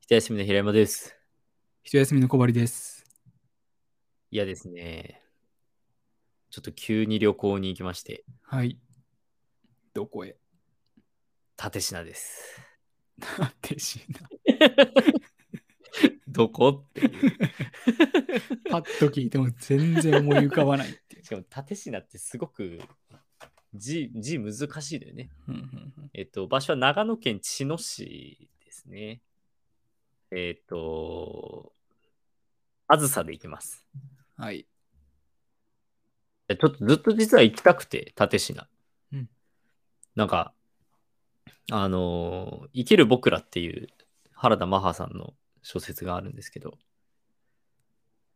一休みの平山です。一休みの小針です。いやですね。ちょっと急に旅行に行きまして、はい。どこへ 立品です。なんてしな。どこっていう。パッと聞いても全然思い浮かばないってい う。しかも立品ってすごく字字難しいだよね。うんうんうんえっと、場所は長野県茅野市ですね。えっと、あずさで行きます。はい。でちょっとずっと実は行きたくて、立品。うんなんか、あのー生きる僕らっていう原田マハさんの小説があるんですけど、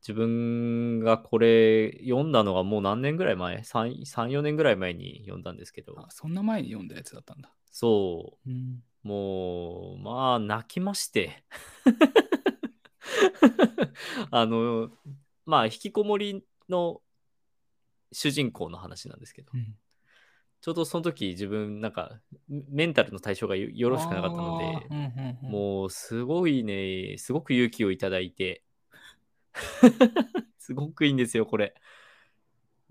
自分がこれ読んだのがもう何年ぐらい前 ?3、3 4年ぐらい前に読んだんですけどあ、、そんな前に読んだやつだったんだ。そう、うん。もう、まあ、泣きまして。 あの、まあ、引きこもりの主人公の話なんですけど、うんちょうどその時自分、なんか、メンタルの対象がよよろしくなかったので、あーうんうんうんもう、すごいね、すごく勇気をいただいて、 すごくいいんですよ、これ。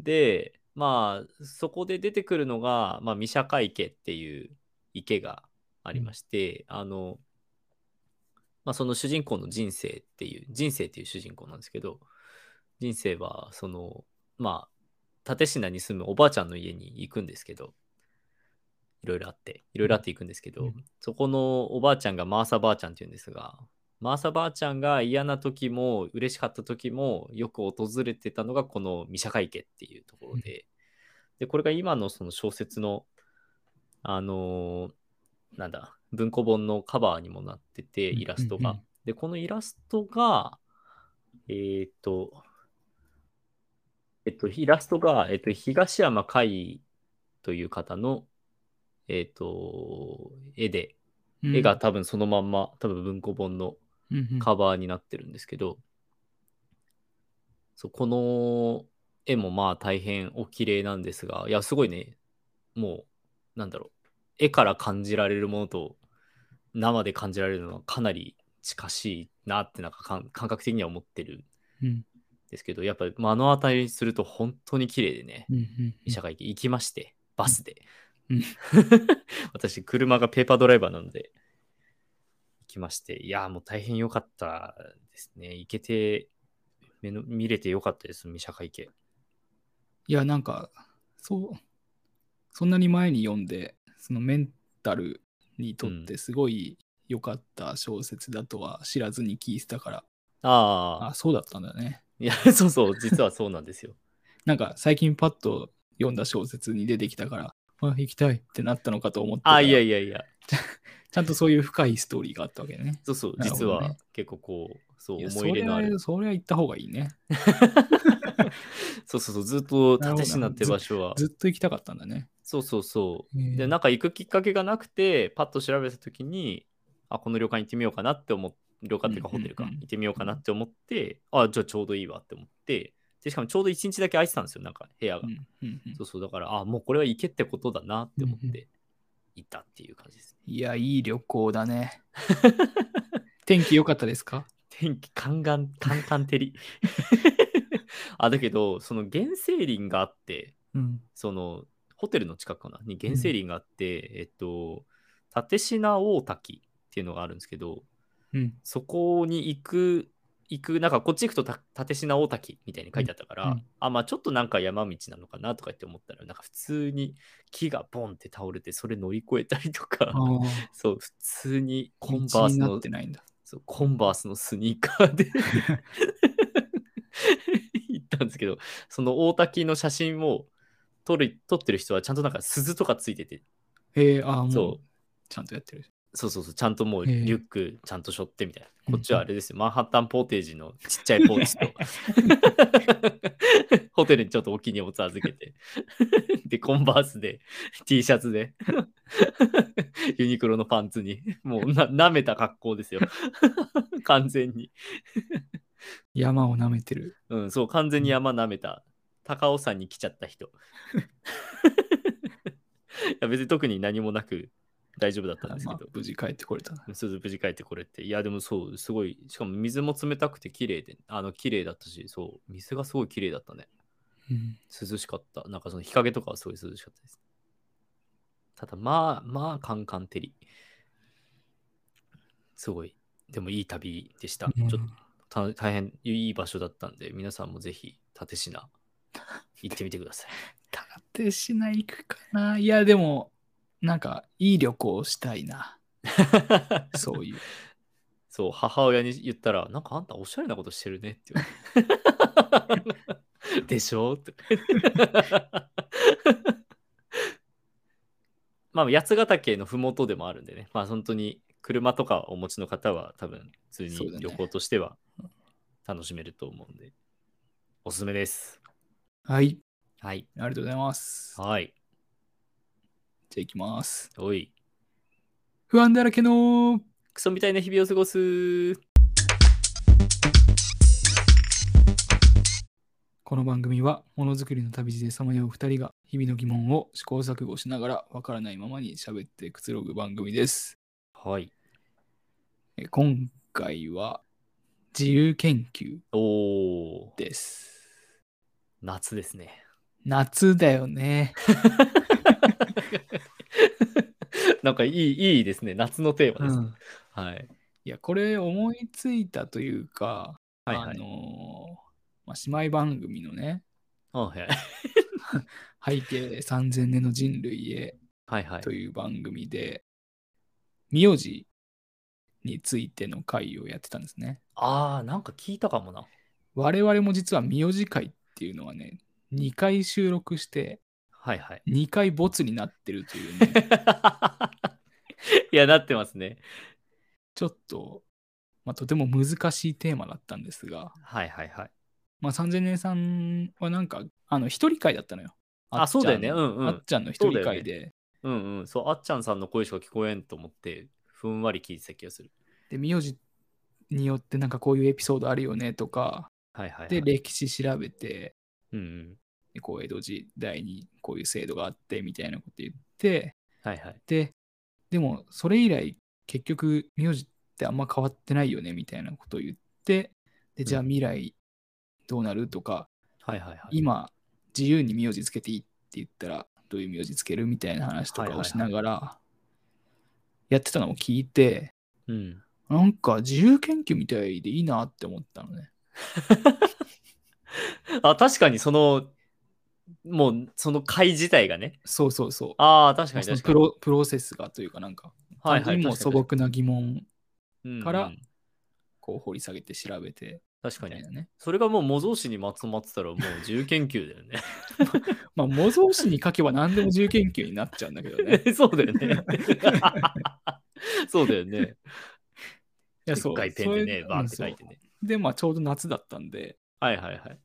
で、まあ、そこで出てくるのが、まあ、御社会池っていう池がありまして、あの、まあ、その主人公の人生っていう、人生っていう主人公なんですけど、人生は、その、まあ、蓼科に住むおばあちゃんの家に行くんですけど、いろいろあって、いろいろあって行くんですけど、うんそこのおばあちゃんがマーサばあちゃんっていうんですが、マーサばあちゃんが嫌な時も嬉しかった時もよく訪れてたのがこの御社会家っていうところで、で、これが今のその小説の、あのーなんだ、文庫本のカバーにもなってて、イラストが。うんうんで、このイラストが、えーっと、えっと、イラストが、えっと、東山海という方の、えっと、絵で、うん絵が、多分そのまんま、多分文庫本のカバーになってるんですけど、そうこの絵もまあ大変お綺麗なんですが、いや、すごいね、もう、なんだろう、絵から感じられるものと生で感じられるのはかなり近しいなって、なんか感感覚的には思ってるんうんですけど、やっぱり目の当たりにすると本当に綺麗でね、うんうん医者会議行きまして、バスで。うん 私、車がペーパードライバーなので、行きまして、いやー、もう大変良かったですね。行けて、目の見れて良かったです、社会系。いや、なんか、そう、そんなに前に読んで、そのメンタルにとってすごい良かった小説だとは知らずに聞いてたから、ああ、あ、そうだったんだね。いや、 そうそう、実はそうなんです よ。なんか最近パッと読んだ小説に出てきたから、あ、行きたいってなったのかと思ってたらああ、いやいやいや、ちゃんとそういう深いストーリーがあったわけね。そうそう、なるほ実どねは結構こう、そう、いや思い入れのある。それはそれは行った方がいいね。そうそうそう、ずっとなるほど立科って場所は、ずっと行きたかったんだね。そうそうそう、へで、えなんか行くきっかけがなくて、パッと調べたときに、あ、この旅館行ってみようかなって思っ旅館っていうかうんホうんうんテルか、行ってみようかなって思って、あ、じゃあちょうどいいわって思って、で、しかもちょうど1日だけ空いてたんですよ、なんか部屋が。うんうんうんそうそう、だから、あ、もうこれは行けってことだなって思うっんうて、行ったっていう感じですね。いや、いい旅行 だね。天気良かったですか天気、カンガン、カンカン照 り。 あ、だけど、その原生林があって、うん。その、ホテルの近くかなに原生林があって、えっと、立科大滝っていうのがあるんですけど、うん。そこに行く、行く、なんかこっち行くとた立科大滝みたいに書いてあったから、うんうんあ、まあちょっとなんか山道なのかなとかって思ったら、なんか普通に木がボンって倒れて、それ乗り越えたりとかあ、あ、そう、普通にココンンバーバーススになのって、ないんだ。そうコンバースのスニーカーで行ったんですけど、その大滝の写真を撮る撮ってる人はちゃんとなんか鈴とかついてて、ええああ、もそうう、ちゃんとやってる。そうそうそう、ちゃんともうへえリュックちゃんと背負ってみたいうんな。こっちはあれですよ、マンハッタンポーテージのちっちゃいポーチ と、ホテルにちょっと大きい荷物預けて、で、コンバースで、T シャツで、ユニクロのパンツに、もうな舐めた格好ですよ。完全に。山を舐めてる。うん、そう、完全に山舐めた。高尾山 に来ちゃった人。いや別に特に何もなく、大丈夫だったんですけまあど、、無事帰ってこれたな。すず無事帰ってこれて、いや、でもそう、すごい、しかも水も冷たくて綺麗で、あの、綺麗だったし、そう、水がすごい綺麗だったね。うん涼しかった。なんかその日陰とかはすごい涼しかったです。ただ、まあ、まあ、カンカン照り。すごい、でもいい旅でした。ちょっとた大変いい場所だったんで、皆さんもぜひ、蓼科、行ってみてください。立しない行くかな。いや、でも、なんか、いい旅行をしたいな。そういう。そう、母親に言ったら、なんかあんたおしゃれなことしてるねって言われて。でしょって。 まあ、八ヶ岳のふもとでもあるんでね、まあ、本当に車とかお持ちの方は、多分普通そうだにね旅行としては楽しめると思うんで、おすすめです。はい、はい。ありがとうございます。じゃはい。あ行きます。おい。不安だらけのクソみたいな日々を過ごす。この番組はものづくりの旅路でさまよう2人が日々の疑問を試行錯誤しながらわからないままに喋ってくつろぐ番組です。はい。え今回は自由研究おー、です。夏ですね。 夏だよね。なんかいい、いいですね。夏のテーマですね。はい。いやこれ思いついたというか、はいはあい。のーまあ、姉妹番組のねあはい 「背景3000年の人類へはいは」いと。いう番組で名字についての回をやってたんですね。ああ、なんか聞いたかもな。我々も実は名字会っていうのはね2回収録してはいはい。 2回ボツになってるというねいや、なってますね。ちょっと、まあ、とても難しいテーマだったんですが、はいはいはい。まあ、3000年さんはなんかあの一人会だったのよ。あ、っちゃそんうだよね。うんうあっん。ちゃんの一人そうだよね会で、うんうん。そう、あっちゃんさんの声しか聞こえんと思って、ふんわり聞いてた気がする。で名字によってなんかこういうエピソードあるよねとかはいはい、はい。で歴史調べてうんうん。でこう江戸時代にこういう制度があってみたいなこと言ってはいはい。ででもそれ以来結局名字ってあんま変わってないよねみたいなことを言ってでじゃあうん未来どうなるとか、はいはいはい。今自由に名字つけていいって言ったらどういう名字つけるみたいな話とかをしながらやってたのを聞いてうん。なんか自由研究みたいでいいなって思ったのね。あ、確かにその、もうその回自体がね。そうそうそう。ああ、確かにその確プかに。ロプロセスがというかなんか、はい単純にもう素朴な疑問かからこう掘り下げて調べて確かみにたい。なね。それがもう模造紙にまとまってたらもう自由研究だよまあ模造紙に書けば何でも自由研究になっちゃうんだけど ね。ね。そうだよね。そうだよね。いやそう一回ペンでね、それバーって書いてね。うんそうでまあちょうど夏だったんではいはいはい。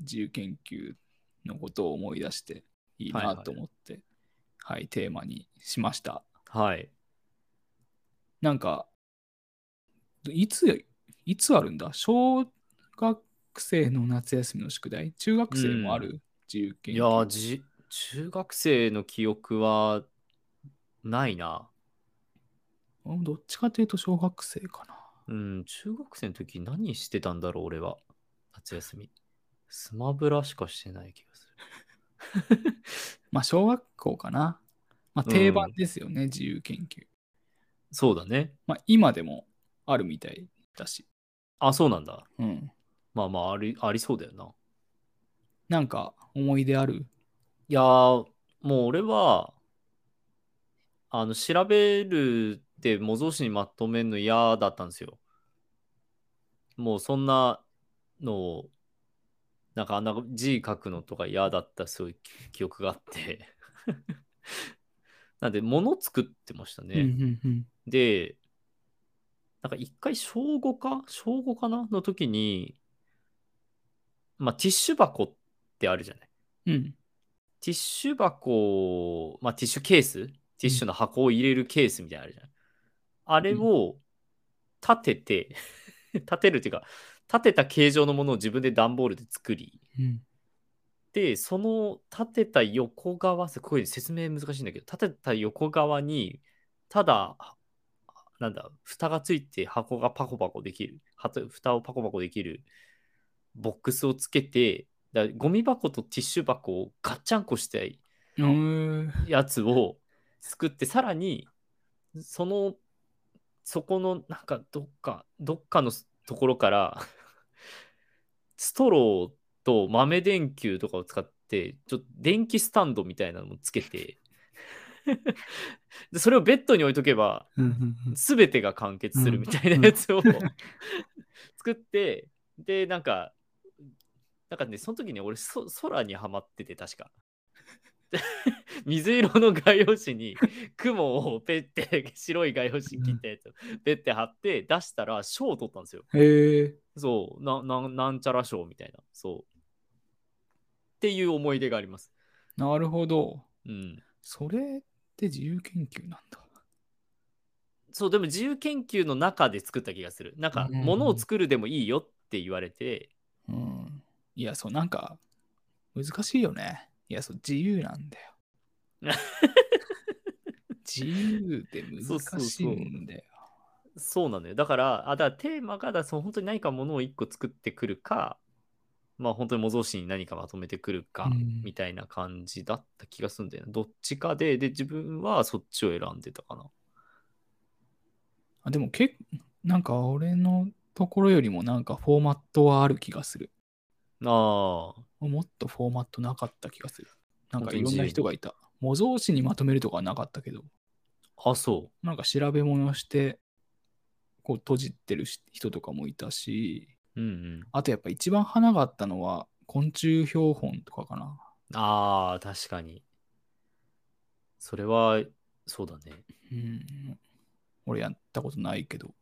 自由研究のことを思い出していいなと思って、はいテーマにしました。はい。なんかいついつあるんだ小学生の夏休みの宿題中学生もある、自由研い究やーじ、中学生の記憶はないな。うんどっちかというと小学生かな。うん、中学生の時何してたんだろう、俺は。夏休み。スマブラしかしてない気がする。まあ小学校かな。まあうん定番ですよね、自由研究。そうだね。まあ今でもあるみたいだし。あ、そうなんだ。うん。まあまあ、ありありそうだよな。なんか思い出あるいやー、もう俺は、あの、調べるって模造紙にまとめるの嫌だったんですよ。もうそんなのを、なんかあんな字書くのとか嫌だった、そういう記憶があって。 なんで、物作ってましたね。うんうんうん。で、なんか一回小5か小5かなの時に、まあ、ティッシュ箱ってあるじゃない。うん。ティッシュ箱、まあ、ティッシュケースティッシュの箱を入れるケースみたいなのあるじゃん。あれを立てて、 立てるっていうか、立てた形状のものを自分で段ボールで作り、うん。で、その立てた横側、すごい説明難しいんだけど、立てた横側にただ、なんだ、蓋がついて箱がパコパコできる、はと蓋をパコパコできるボックスをつけて、だゴミ箱とティッシュ箱をガッチャンコしたいうん。やつを作って、さらに、その、そこの、なんか、どっか、どっかのところから、ストローと豆電球とかを使って、ちょっと電気スタンドみたいなのをつけて、でそれをベッドに置いとけば、うんうんうん全てが完結するみたいなやつを 作って、で、なんか、なんかね、その時に俺、そ空にはまってて、確か。 水色の画用紙に雲をペッて白い画用紙切ったやつをペッて貼って出したら賞を取ったんですよ。へえ。そうなななんちゃら賞みたいな。そう。っていう思い出があります。なるほど。うん。それって自由研究なんだ。そう、でも自由研究の中で作った気がする。なんか、うんものを作るでもいいよって言われて、うん。いや、そう、なんか、難しいよね。いや、そう、自由なんだよ。 自由で難しいんだよ。そうなのよ。だから、あだからテーマがだその本当に何かものを一個作ってくるか、まあ本当に模造紙に何かまとめてくるか、うんみたいな感じだった気がするんだよね。どっちかで、で、自分はそっちを選んでたかな。あでも、けなんか、俺のところよりも、なんか、フォーマットはある気がする。ああ、もっとフォーマットなかった気がする。なん本か、当にいろん自な由人がいた。模造紙にまとめるとかはなかったけど、あ、そなんか、調べ物して、こう、閉じてる人とかもいたし、う。うんうん。あとやっぱ一番花があったのは昆虫標本とかかな。ああ、確かに。それは、そうだね。 うん。俺やったことないけど。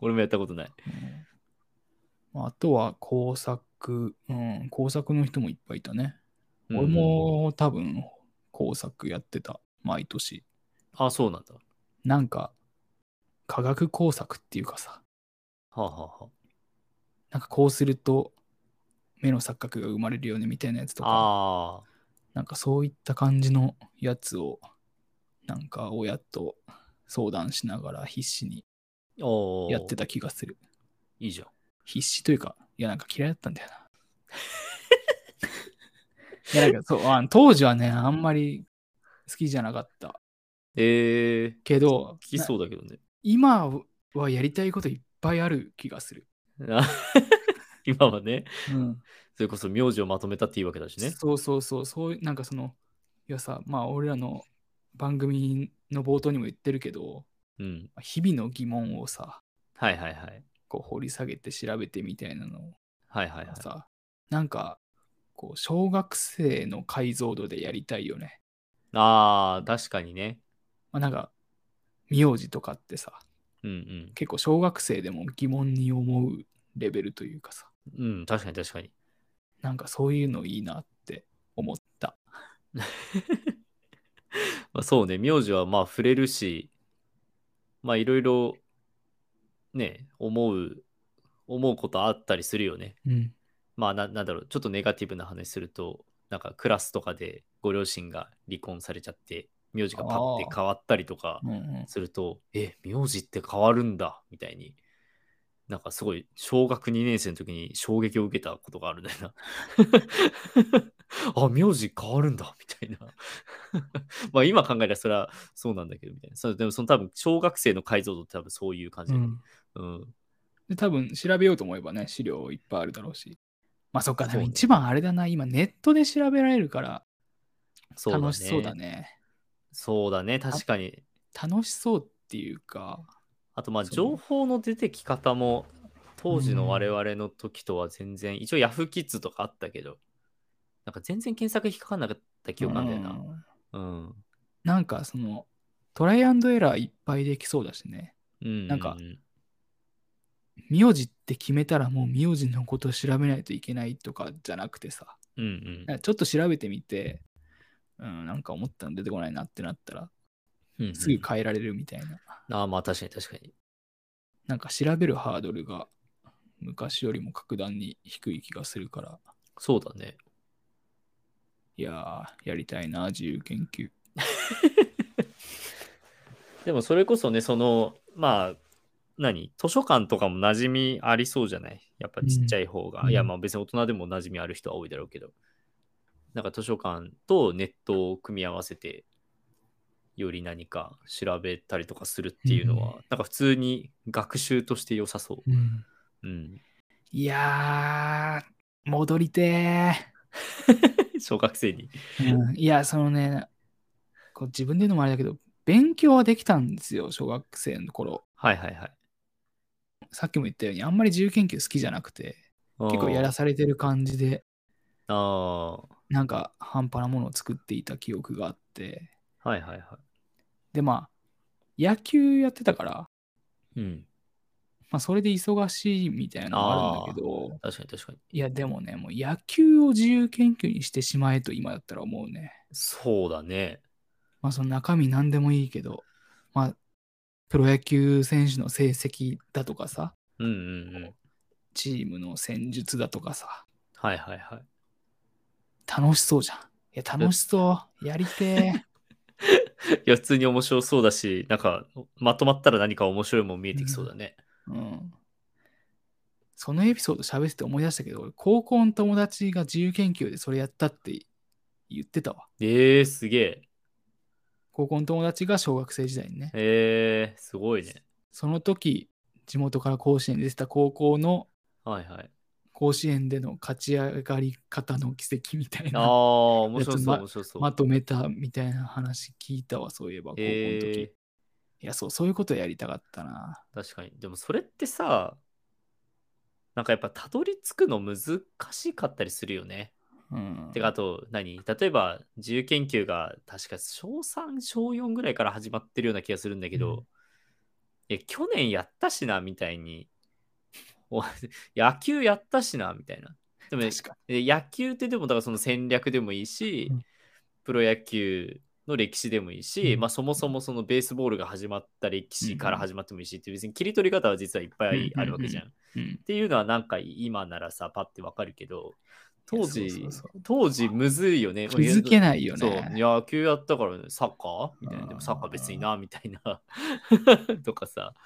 俺もやったことない。うんまあ、あとは工作、うん、工作の人もいっぱいいたね。うん俺も多分工作やってた、毎年。あ、そうなんだ。はなんか、科学工作っていうかさ、あ、はあはなんかこうすると目の錯覚が生まれるよねみたいなやつとか、あ、ああ、なんかそういった感じのやつを、なんか親と相談しながら必死におーやってた気がする。いいじゃん。必死というか、いや、なんか嫌いだったんだ よな。いや、なんかそう、あ当時はね、あんまり好きじゃなかったええー、けど、聞きなそうだけどね。今はやりたいこといっぱいある気がする。あ 今はね、うん、それこそ名字をまとめたっていうわけだしね。そうそうそう、そういう、なんかその、いやさ、まあ、俺らの番組の冒頭にも言ってるけど、うん。日々の疑問をさ、はいはいはい。こう掘り下げて調べてみたいなのをはいはいはい。さ、なんかこう小学生の解像度でやりたいよね。ああ、確かにね。まあ、なんか名字とかってさうん結構小学生でも疑問に思うレベルというかさうん。うん、確かに確かに。なんかそういうのいいなって思った。まあ、そうね、名字はまあ触れるし、まあいろいろね、思う、思うことあったりするよね。うん、まあななんだろう、ちょっとネガティブな話すると、なんかクラスとかでご両親が離婚されちゃって、名字がパッて変わったりとかうんうん、すると、え、名字って変わるんだ、みたいに。なんかすごい、小学2年生の時に 衝撃を受けたことがあるんだよな。 あ、名字変わるんだ、みたいな。 まあ今考えたらそれはそうなんだけど、みたいな。そうでもその多分、小学生の解像度って多分そういう感じうだよねん、うんで多分調べようと思えばね資料いっぱいあるだろうし。まあそっか、でそうもね一番あれだな、今ネットで調べられるからそうだね。楽しそうだ。ね。そうだね、確かに。楽しそうっていうか、あとまあそう情報の出てき方も当時の我々の時とは全然、一応 Yahoo キッズとかあったけど、なんか全然検索引っかかんなかった記憶なんだような。んうん。なんかそのトライアンドエラーいっぱいできそうだしね。うん、なんかうう名字って決めたらもう名字のことを調べないといけないとかじゃなくてさ、うんうんなんかちょっと調べてみて、うん、なんか思ったの出てこないなってなったらうんうん。すぐ変えられるみたいな。ああ、まあ確かに確かに。なんか調べるハードルが昔よりも格段に低い気がするから、そうだね。いやー、やりたいな、自由研究。でもそれこそね、その、まあ、何図書館とかも馴染みありそうじゃないやっぱちっちゃい方が。うんいや、まあ別に大人でも馴染みある人は多いだろうけど。なんか図書館とネットを組み合わせて、より何か調べたりとかするっていうのは、うなんか普通に学習として良さそうん、う。うん。 いやー、戻りて小学生に。ー、うんいや、そのね、こう自分で言うのもあれだけど、勉強はできたんですよ、小学生の頃。はいはいはい。さっきも言ったように、あんまり自由研究好きじゃなくて、結構やらせされてる感じで、ああ。はなんか半端なものを作っていた記憶があって、いはいはい。で、まあ、野球やってたから、うん。まあ、それで忙しいみたいなのがあるんだけど、確かに確かに。いや、でもね、もう野球を自由研究にしてしまえと今だったら思うね。そうだね。まあ、その中身何でもいいけど、まあ、プロ野球選手の成績だとかさ、うんうんうん。チームの戦術だとかさ、はいはいはい。楽しそうじゃん。いや、楽しそう。やりてえ。いや、普通に面白そうだし、なんか、まとまったら何か面白いもん見えてきそうだね。うん。そのエピソード喋ってて思い出したけど、俺、高校の友達が自由研究でそれやったって言ってたわ。えー、すげえ。高校の友達が小学生時代にね。えー、すごいね。その時、地元から甲子園で出てた高校のはいはい。甲子園での勝ち上がり方の奇跡みたいあな、ー、面白そう、ま面白そう。まとめたみたいな話聞いたわ、そういえば、高校の時。えいや、そう、そういうことやりたかったな。ー、確かに。でもそれってさ、なんかやっぱたどり着くの難しかったりするよね。うん。てか、あと何、例えば自由研究が確か小3、小4ぐらいから始まってるような気がするんだけど、うんいや、去年やったしな、みたいに。 お野球やったしな、みたいな。でも、確かで野球ってでもだからその戦略でもいいし、うんプロ野球の歴史でもいいし、うんまあ、そもそもそのベースボールが始まった歴史からうん始まってもいいしって別に切り取り方は実はいっぱいあるわけじゃん。うっに。うん。ていうのはなんか今ならさパッてわかるけど当時そうそうそう当時むずいよね。気づけないよそうね。野球やったからサッカーみたいなでもサッカー別になみたいな とかさだか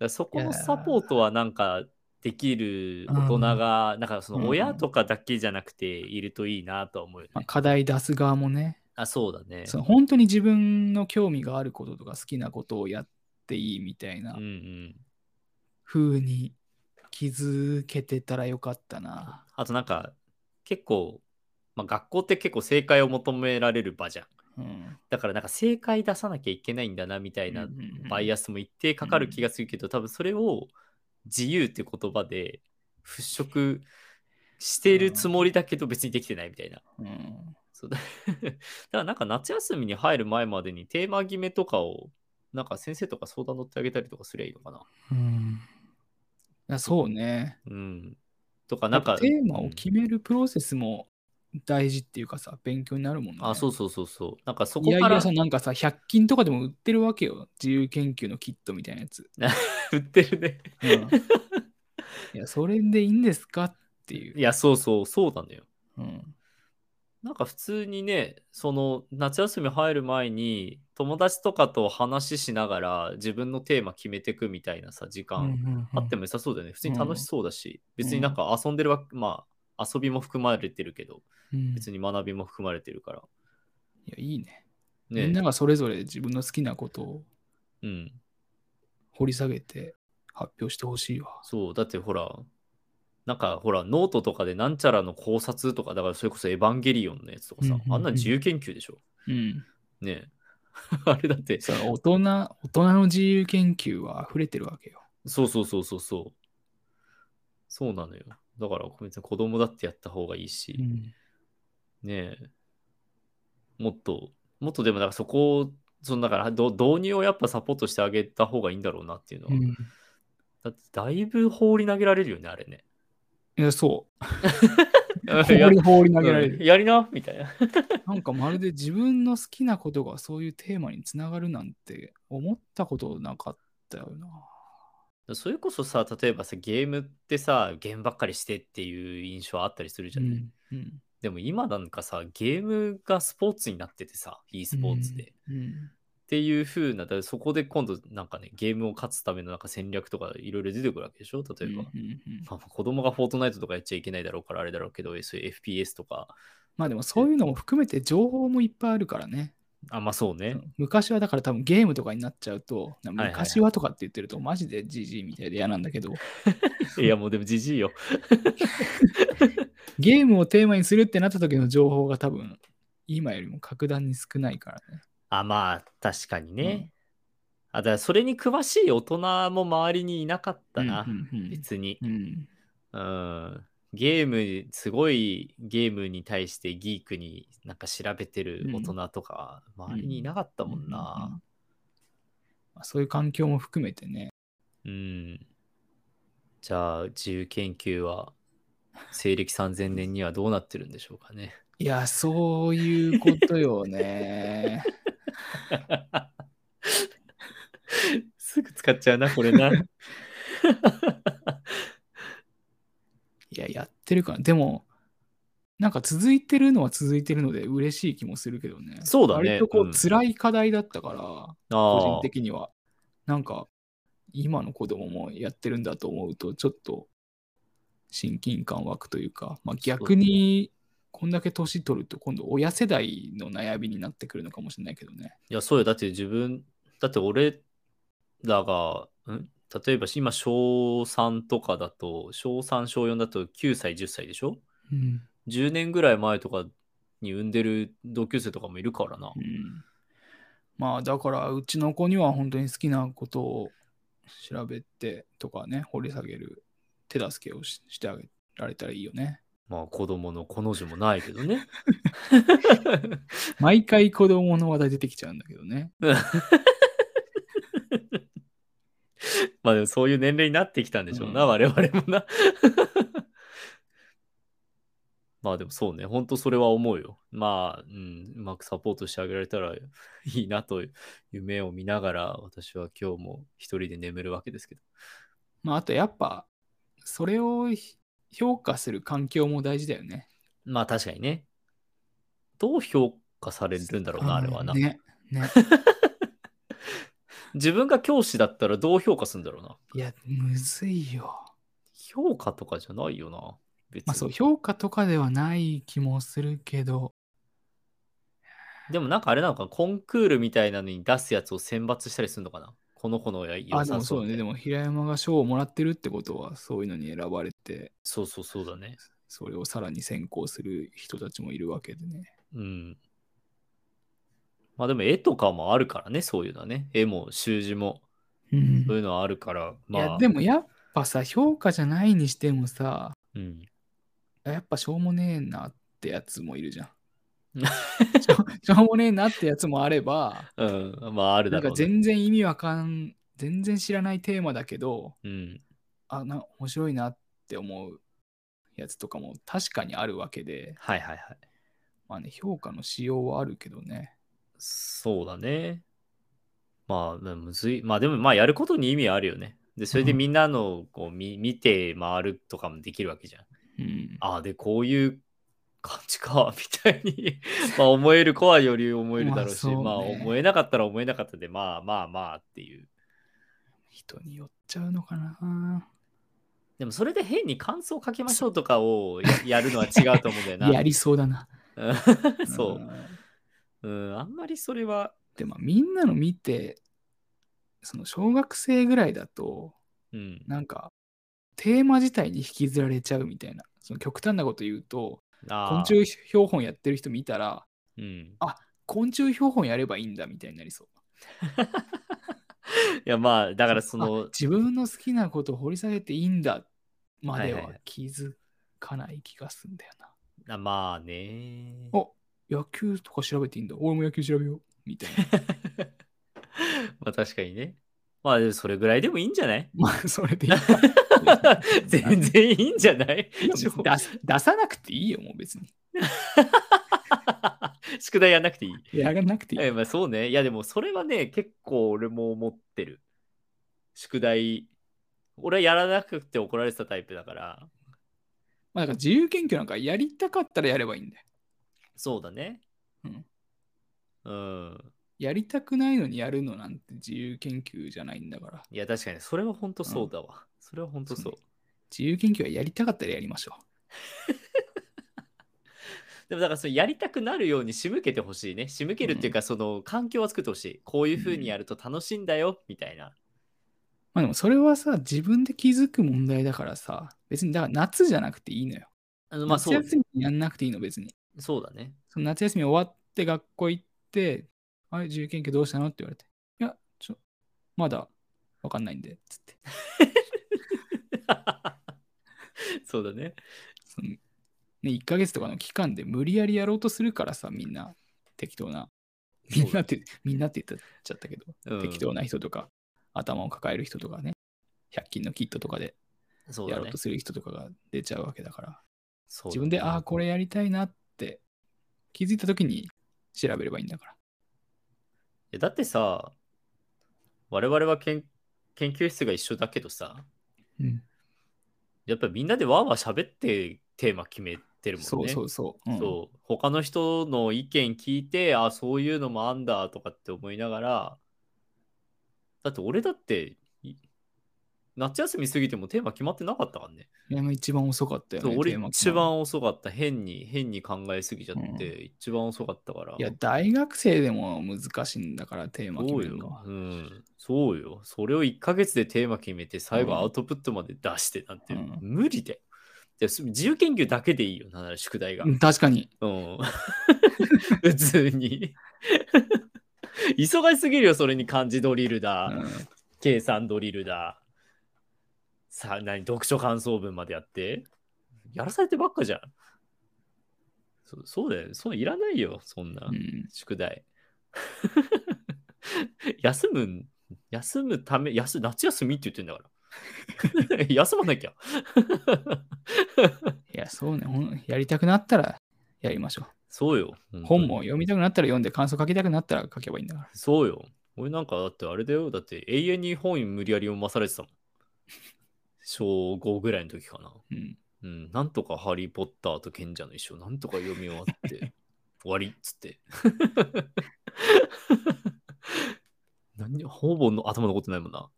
らそこのサポートはなんかできる大人がなんかその親とかだけじゃなくているといいなとは思うよね、まあ、課題出す側もね、あそうだねその本当に自分の興味があることとか好きなことをやっていいみたいなうんうん風に気づけてたらよかったな。あとなんか結構、まあ、学校って結構正解を求められる場じゃんうん。だからなんか正解出さなきゃいけないんだなみたいなうんうんうんバイアスも一定かかる気がするけど、多分それを自由って言葉で払拭してるつもりだけど別にできてないみたいな。 うんそうだだからなんか夏休みに入る前までにテーマ決めとかをなんか先生とか相談乗ってあげたりとかすりゃいいのかな。うん、いやそうね。うん。とかなんか。テーマめ、を決めるプロセスも大事っていうかさ、勉強になるもんね。あ、そうそうそうそう。なんかそいこやいからやさ、なんかさ、100均とかでも売ってるわけよ。自由研究のキットみたいなやつ。売ってるね。うんいや、それでいいんですかっていう。いや、そうそう、そうなのよ。うんなんか普通にね、その夏休み入る前に友達とかと話ししながら自分のテーマ決めてくみたいなさ、時間あっても良さそうだよね。普通に楽しそうだし、ん別になんか遊んでるわけ、まあ遊びも含まれてるけど、うん別に学びも含まれてるから。いや、いいねみんねな。がそれぞれ自分の好きなことをうん。掘り下げて発表してほしいわ。そう、だってほら、なんかほら、ノートとかでなんちゃらの考察とか、だからそれこそエヴァンゲリオンのやつとかうさんうんう、んあんな自由研究でしょ。うん。ね。 あれだって、その大人、大人の自由研究は溢れてるわけよ。そうそうそうそうそう。そうなのよ。だから別に子供だってやった方がいいし、うんねえ。もっと、もっとでもなんかそこを、そのだからど導入をやっぱサポートしてあげた方がいいんだろうなっていうのは。うんだってだいぶ放り投げられるよね、あれね。いや、そう。いや放り放り投げられうんる。やりなみたいな。なんかまるで自分の好きなことがそういうテーマにつながるなんて思ったことなかったよな。それこそさ、例えばさ、ゲームってさ、ゲームばっかりしてっていう印象あったりするじゃない、うんでも今なんかさ、ゲームがスポーツになっててさ、e スポーツで。うんっっていう風な、だからそこで今度なんかね、ゲームを勝つためのなんか戦略とかいろいろ出てくるわけでしょ例えば。うんうんうんまあ、子供がフォートナイトとかやっちゃいけないだろうからあれだろうけど、そういう FPS とか、まあでもそういうのも含めて情報もいっぱいあるからね。あ、まあそうね。昔はだから多分ゲームとかになっちゃうと、なんかはいはいはい昔はとかって言ってるとマジでジジイみたいで嫌なんだけど、 いやもうでもじじいよ。ゲームをテーマにするってなった時の情報が多分今よりも格段に少ないからね。あ、まあ確かにね。あ、だからそれに詳しい大人も周りにいなかったな。うんうんうん別に。うんうん。ゲーム、すごいゲームに対してギークになんか調べてる大人とか、周りにいなかったもんうんうんうな。んまあそういう環境も含めてね。うん。じゃあ、自由研究は、西暦3000年にはどうなってるんでしょうかね。いや、そういうことよね。 すぐ使っちゃうな、これ な。いや、やってるから。でも、なんか続いてるのは続いてるので嬉しい気もするけどね。そうだね割とこうんう、辛い課題だったから、個あ人的には。なんか、今の子供もやってるんだと思うと、ちょっと親近感湧くというか、まあ、逆に、こんだけ年取ると、今度親世代の悩みになってくるのかもしれないけどね。いや、そうよ。だって自分、だって俺らが、ん例えば今、小3とかだと、小3、小4だと9歳、10歳でしょうん。 ?10 年ぐらい前とかに産んでる同級生とかもいるからなう。んまあだからうちの子には本当に好きなことを調べてとかね掘り下げる手助けをししてあげられたらいいよね。まあ、子供の彼女もないけどね。毎回子供の話題出てきちゃうんだけどね。まあでもそういう年齢になってきたんでしょうな、うん我々もな。 まあでもそうね、本当それは思うよ。まあ、うん、うまくサポートしてあげられたらい いなという夢を見ながら、私は今日も一人で眠るわけですけど。まああとやっぱそれをひ評価する環境も大事だよね。まあ確かにね。どう評価されるんだろうな、あれはな。ね。ね自分が教師だったらどう評価するんだろうな。いやむずいよ。評価とかじゃないよな。別に。まあそう評価とかではない気もするけど。でもなんかあれなのかなコンクールみたいなのに出すやつを選抜したりするのかなこの子のやあ良でもさそそううね。でも平山が賞をもらってるってことはそういうのに選ばれて。そうそうそうだね。それをさらに先行する人たちもいるわけでね。うん。まあでも絵とかもあるからね、そういうのはね。絵も習字も、そういうのはあるから。いまあ、やでもやっぱさ評価じゃないにしてもさうん。やっぱしょうもねえなってやつもいるじゃん。 しょしょうもねえなってやつもあればうん。まああるなだんかろうね。全然意味わかん全然知らないテーマだけどうん。あな面白いなって思うやつとかも確かにあるわけで、はいはいはい。まあね、評価の仕様はあるけどね。そうだね。まあ、むずい。まあでも、まあやることに意味はあるよね。で、それでみんなのこう見見て回るとかもできるわけじゃん。うん、ああ、で、こういう感じか、みたいに、 まあ、思える子はより思えるだろうし、まあまそうあ、ね思えなかったら思えなかったで、まあまあまあっていう。人によっちゃうのかな。でも、それで変に感想を書きましょうとかを ややるのは違うと思うんだよな。やりそうだな。うんそんう。うん、あんまりそれは、でまあみんなの見てその小学生ぐらいだとうん。なんかテーマ自体に引きずられちゃうみたいなその極端なこと言うと昆ああ、虫標本やってる人見たらうん。昆虫標本やればいいんだみたいになりそういや、まあ、だからそあの、自分の好きなことを掘り下げていいんだまではいはいははい気づかない気がするんだよな、あまあね。お野球とか調べていいんだ俺も野球調べようみたい なまあ、確かにね。まあ、でもそれぐらいでもいいんじゃないまあそれでいいか 全然いいんじゃない いや別に 出す出さなくていいよもう別に宿題やんなくていい。やらなくていいえまあ、そうね。いや、でもそれはね、結構俺も思ってる。宿題。俺はやらなくて怒られてたタイプだから。まあ、だから自由研究なんかやりたかったらやればいいんだよ。そうだね。うんうん。やりたくないのにやるのなんて自由研究じゃないんだから。いや、確かに、それは本当そうだわ。それは本当そう。自由研究はやりたかったらやりましょでもだからそれやりたくなるように仕向けてほしいね。仕向けるっていうか、その環境は作ってほしい。こういう風にやると楽しいんだよ、みたいな。う。まあでもそれはさ、自分で気づく問題だからさ、別にだから夏じゃなくていいのよ。あのまあ夏そう休みやんなくていいの別に。そうだ ね。その夏休み終わって学校行って、あれ、自由研究どうしたのって言われて、いや、ちょ、まだわかんないんで、つって。そうだね。そのね、1ヶ月とかの期間で無理やりやろうとするからさ、みんな適当な。みんなって、みんなって言っちゃったけど、うん適当な人とか、頭を抱える人とかね、100均のキットとかでそうやだろうねと。する人とかが出ちゃうわけだから、そうだね自分で、ああ、これやりたいなって気づいた時に調べればいいんだから。えだってさ、我々は研研究室が一緒だけどさ、うん、やっぱりみんなでわーわー喋ってテーマ決めてるもんね。そうそうそう。うんそう他の人の意見聞いてあそういうのもあんだとかって思いながらだって俺だってい夏休み過ぎてもテーマ決まってなかったからねいや、一番遅かったよそうね。俺テーマ決一まる番遅かった変に変に考えすぎちゃって、一番遅かったからいや、大学生でも難しいんだから、テーマ決そめうるのはよ、うん、そうよそれを1ヶ月でテーマ決めて最後うんアウトプットまで出してなんて、うん無理だよで自由研究だけでいいよなんなら宿題がうん確かに。うん。 普通に。忙しすぎるよ、それに漢字ドリルだ、うん計算ドリルだ。さあ、何、読書感想文までやって。やらされてばっかじゃん。そそうだよ、そういらないよ、そんな、うん宿題。 休む、休むため、休夏休みって言ってんだから。 休まなきゃ。いや、そうねほん。やりたくなったらやりましょそうよ。う。本本も読みたくなったら読んで、感想書きたくなったら書けばいいんだから。そうよ。俺なんかだってあれだよ。だって永遠に本無理やり読まされてたもん。小5ぐらいの時かな。うん、うん。なんとかハリー・ポッターと賢者の一生、なんとか読み終わ って、終わりっつって。何にほぼの頭残ってないもんな。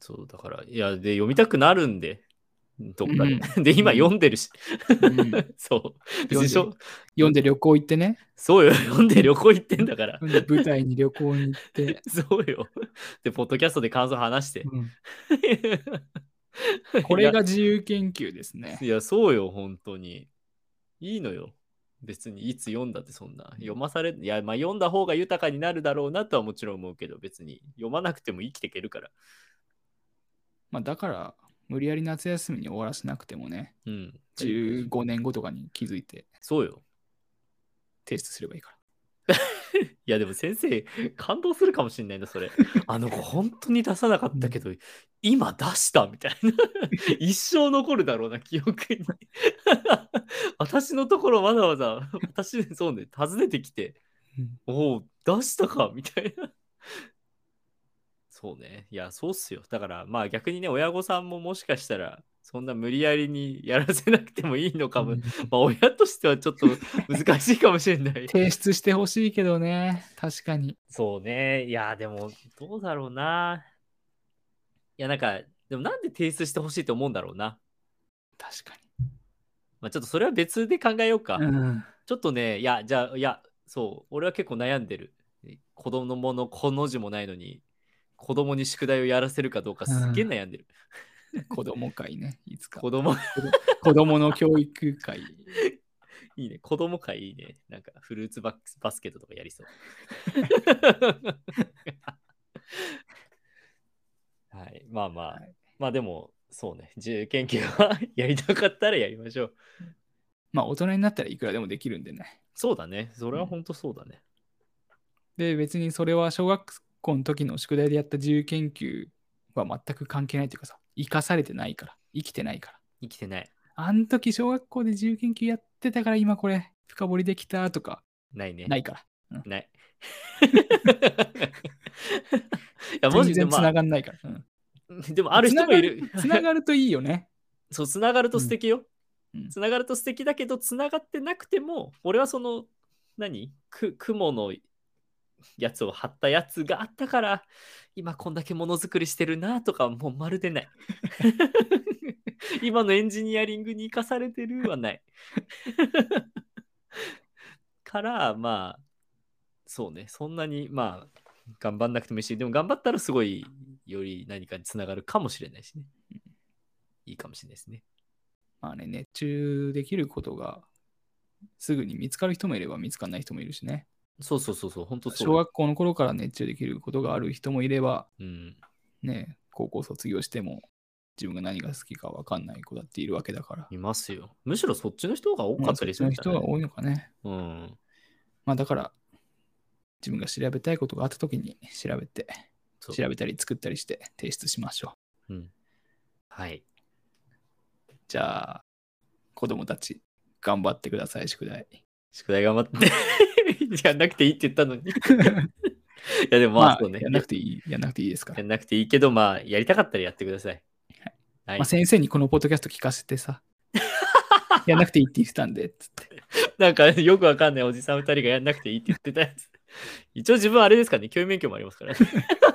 そう、だから、いや、で、読みたくなるんで、どっかで。 で、今読んでるし。うんそう。別にしょ読んで旅行行ってね。そうよ。読んで旅行行ってんだから。読んで舞台に旅行に 行って。そうよ。で、ポッドキャストで感想話して。 これが自由研究ですねい。や。いや、そうよ、本当に。いいのよ。別にいつ読んだってそんな。読まされ、いや、まあ読んだ方が豊かになるだろうなとはもちろん思うけど、別に読まなくても生きていけるから。まあ、だから、無理やり夏休みに終わらせなくてもね、うん。 15年後とかに気づいてそうよ。提出すればいいから。いや、でも先生、感動するかもしんないな、そ れ。あの子、本当に出さなかったけど、今出したみたいな。 一生残るだろうな、記憶に。 私のところ、わざわざ、私、そうね、訪ねてきて、おお、出したかみたいな。そうね。いや、そうっすよ。だから、まあ逆にね、親御さんももしかしたら、そんな無理やりにやらせなくてもいいのかも。うんまあ親としてはちょっと難しいかもしれない。提出してほしいけどね、確かに。そうね。いや、でも、どうだろうな。いや、なんか、でもなんで提出してほしいと思うんだろうな。確かまあちょっとそれは別で考えようか。に。うんちょっとね、いや、じゃあ、いや、そう、俺は結構悩んでる。子供のこの字もないのに、子供に宿題をやらせるかどうかすっげえ悩んでる。子供会ね、いつか。子供、子供の教育会。いいね、子供会いいね。なんかフルーツバックスバスケットとかや りそう。はい、まあまあ、はいまあでも、そうね、自由研究は やりたかったらやりましょう。まあ、大人になったらいくらでもできるんでね。そうだね、それは本当そうだね。で、別にそれは小学校の時の宿題でやった自由研究は全く関係ないというかさ、生かされてないから、生きてないから。生きてない。あの時小学校で自由研究やってたから今これ深掘りできたとかないね。ないから。ない。 いやもし全然まつあながんないから。うんでもある人もいる。つながるといいよね。 そう、つながると素敵ようんう。んつながると素敵だけど、つながってなくても、俺はその、何く雲のやつを貼ったやつがあったから今こんだけものづくりしてるなとかもうまる でない今のエンジニアリングに生かされてるはない からまあそうねそんなにまあ頑張んなくてもいいしでも頑張ったらすごいより何かにつながるかもしれないしねいいかもしれないですねまあね、熱中できることがすぐに見つかる人もいれば見つかんない人もいるしね。そうそうそうそう本当そう小学校の頃から熱中できることがある人もいれば、うん、ね、高校卒業しても自分が何が好きか分かんない子だっているわけだから。いますよむしろそっちの人が多かったりするんじゃそっちの人ないが多いのかね。うんまあだから、自分が調べたいことがあった時に調べて、そう調べたり作ったりして提出しましょうんはい。う。じゃあ、子供たち、頑張ってください、宿題。宿題頑張って。やんなくていい って言ったのに。いや、でもまあ、そうね。やんなくていい、やんなくていいですからや。んなくていいけど、まあ、やりたかったらやってください。はい。まあ、先生にこのポッドキャスト聞かせ てさ、やんなくていいって言ってたんで、つって。なんか、よくわかんないおじさん二人がやんなくていいって言ってたやつ。一応自分あれですからね、教員免許もありますから、ね。教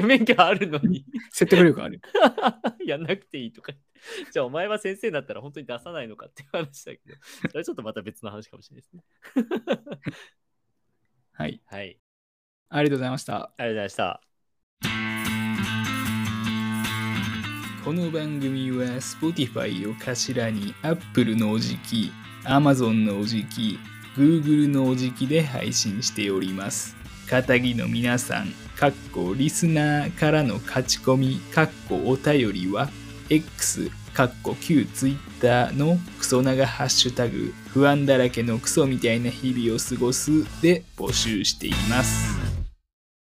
員免許あるのに 説得力ある。やんなくていいとか言ってじゃあお前は先生だったら本当に出さないのかっていう話だけどそれはちょっとまた別の話かもしれないですねはい。はいありがとうございました。ありがとうございましたこの番組は Spotify を頭に Apple のおじき、Amazon のおじき、Google のおじきで配信しております。片木の皆さん、かっこリスナーからの勝ち込み、かっこお便りは、X、かっこ旧 Twitter のクソ長ハッシュタグ、不安だらけのクソみたいな日々を過ごすで募集しています。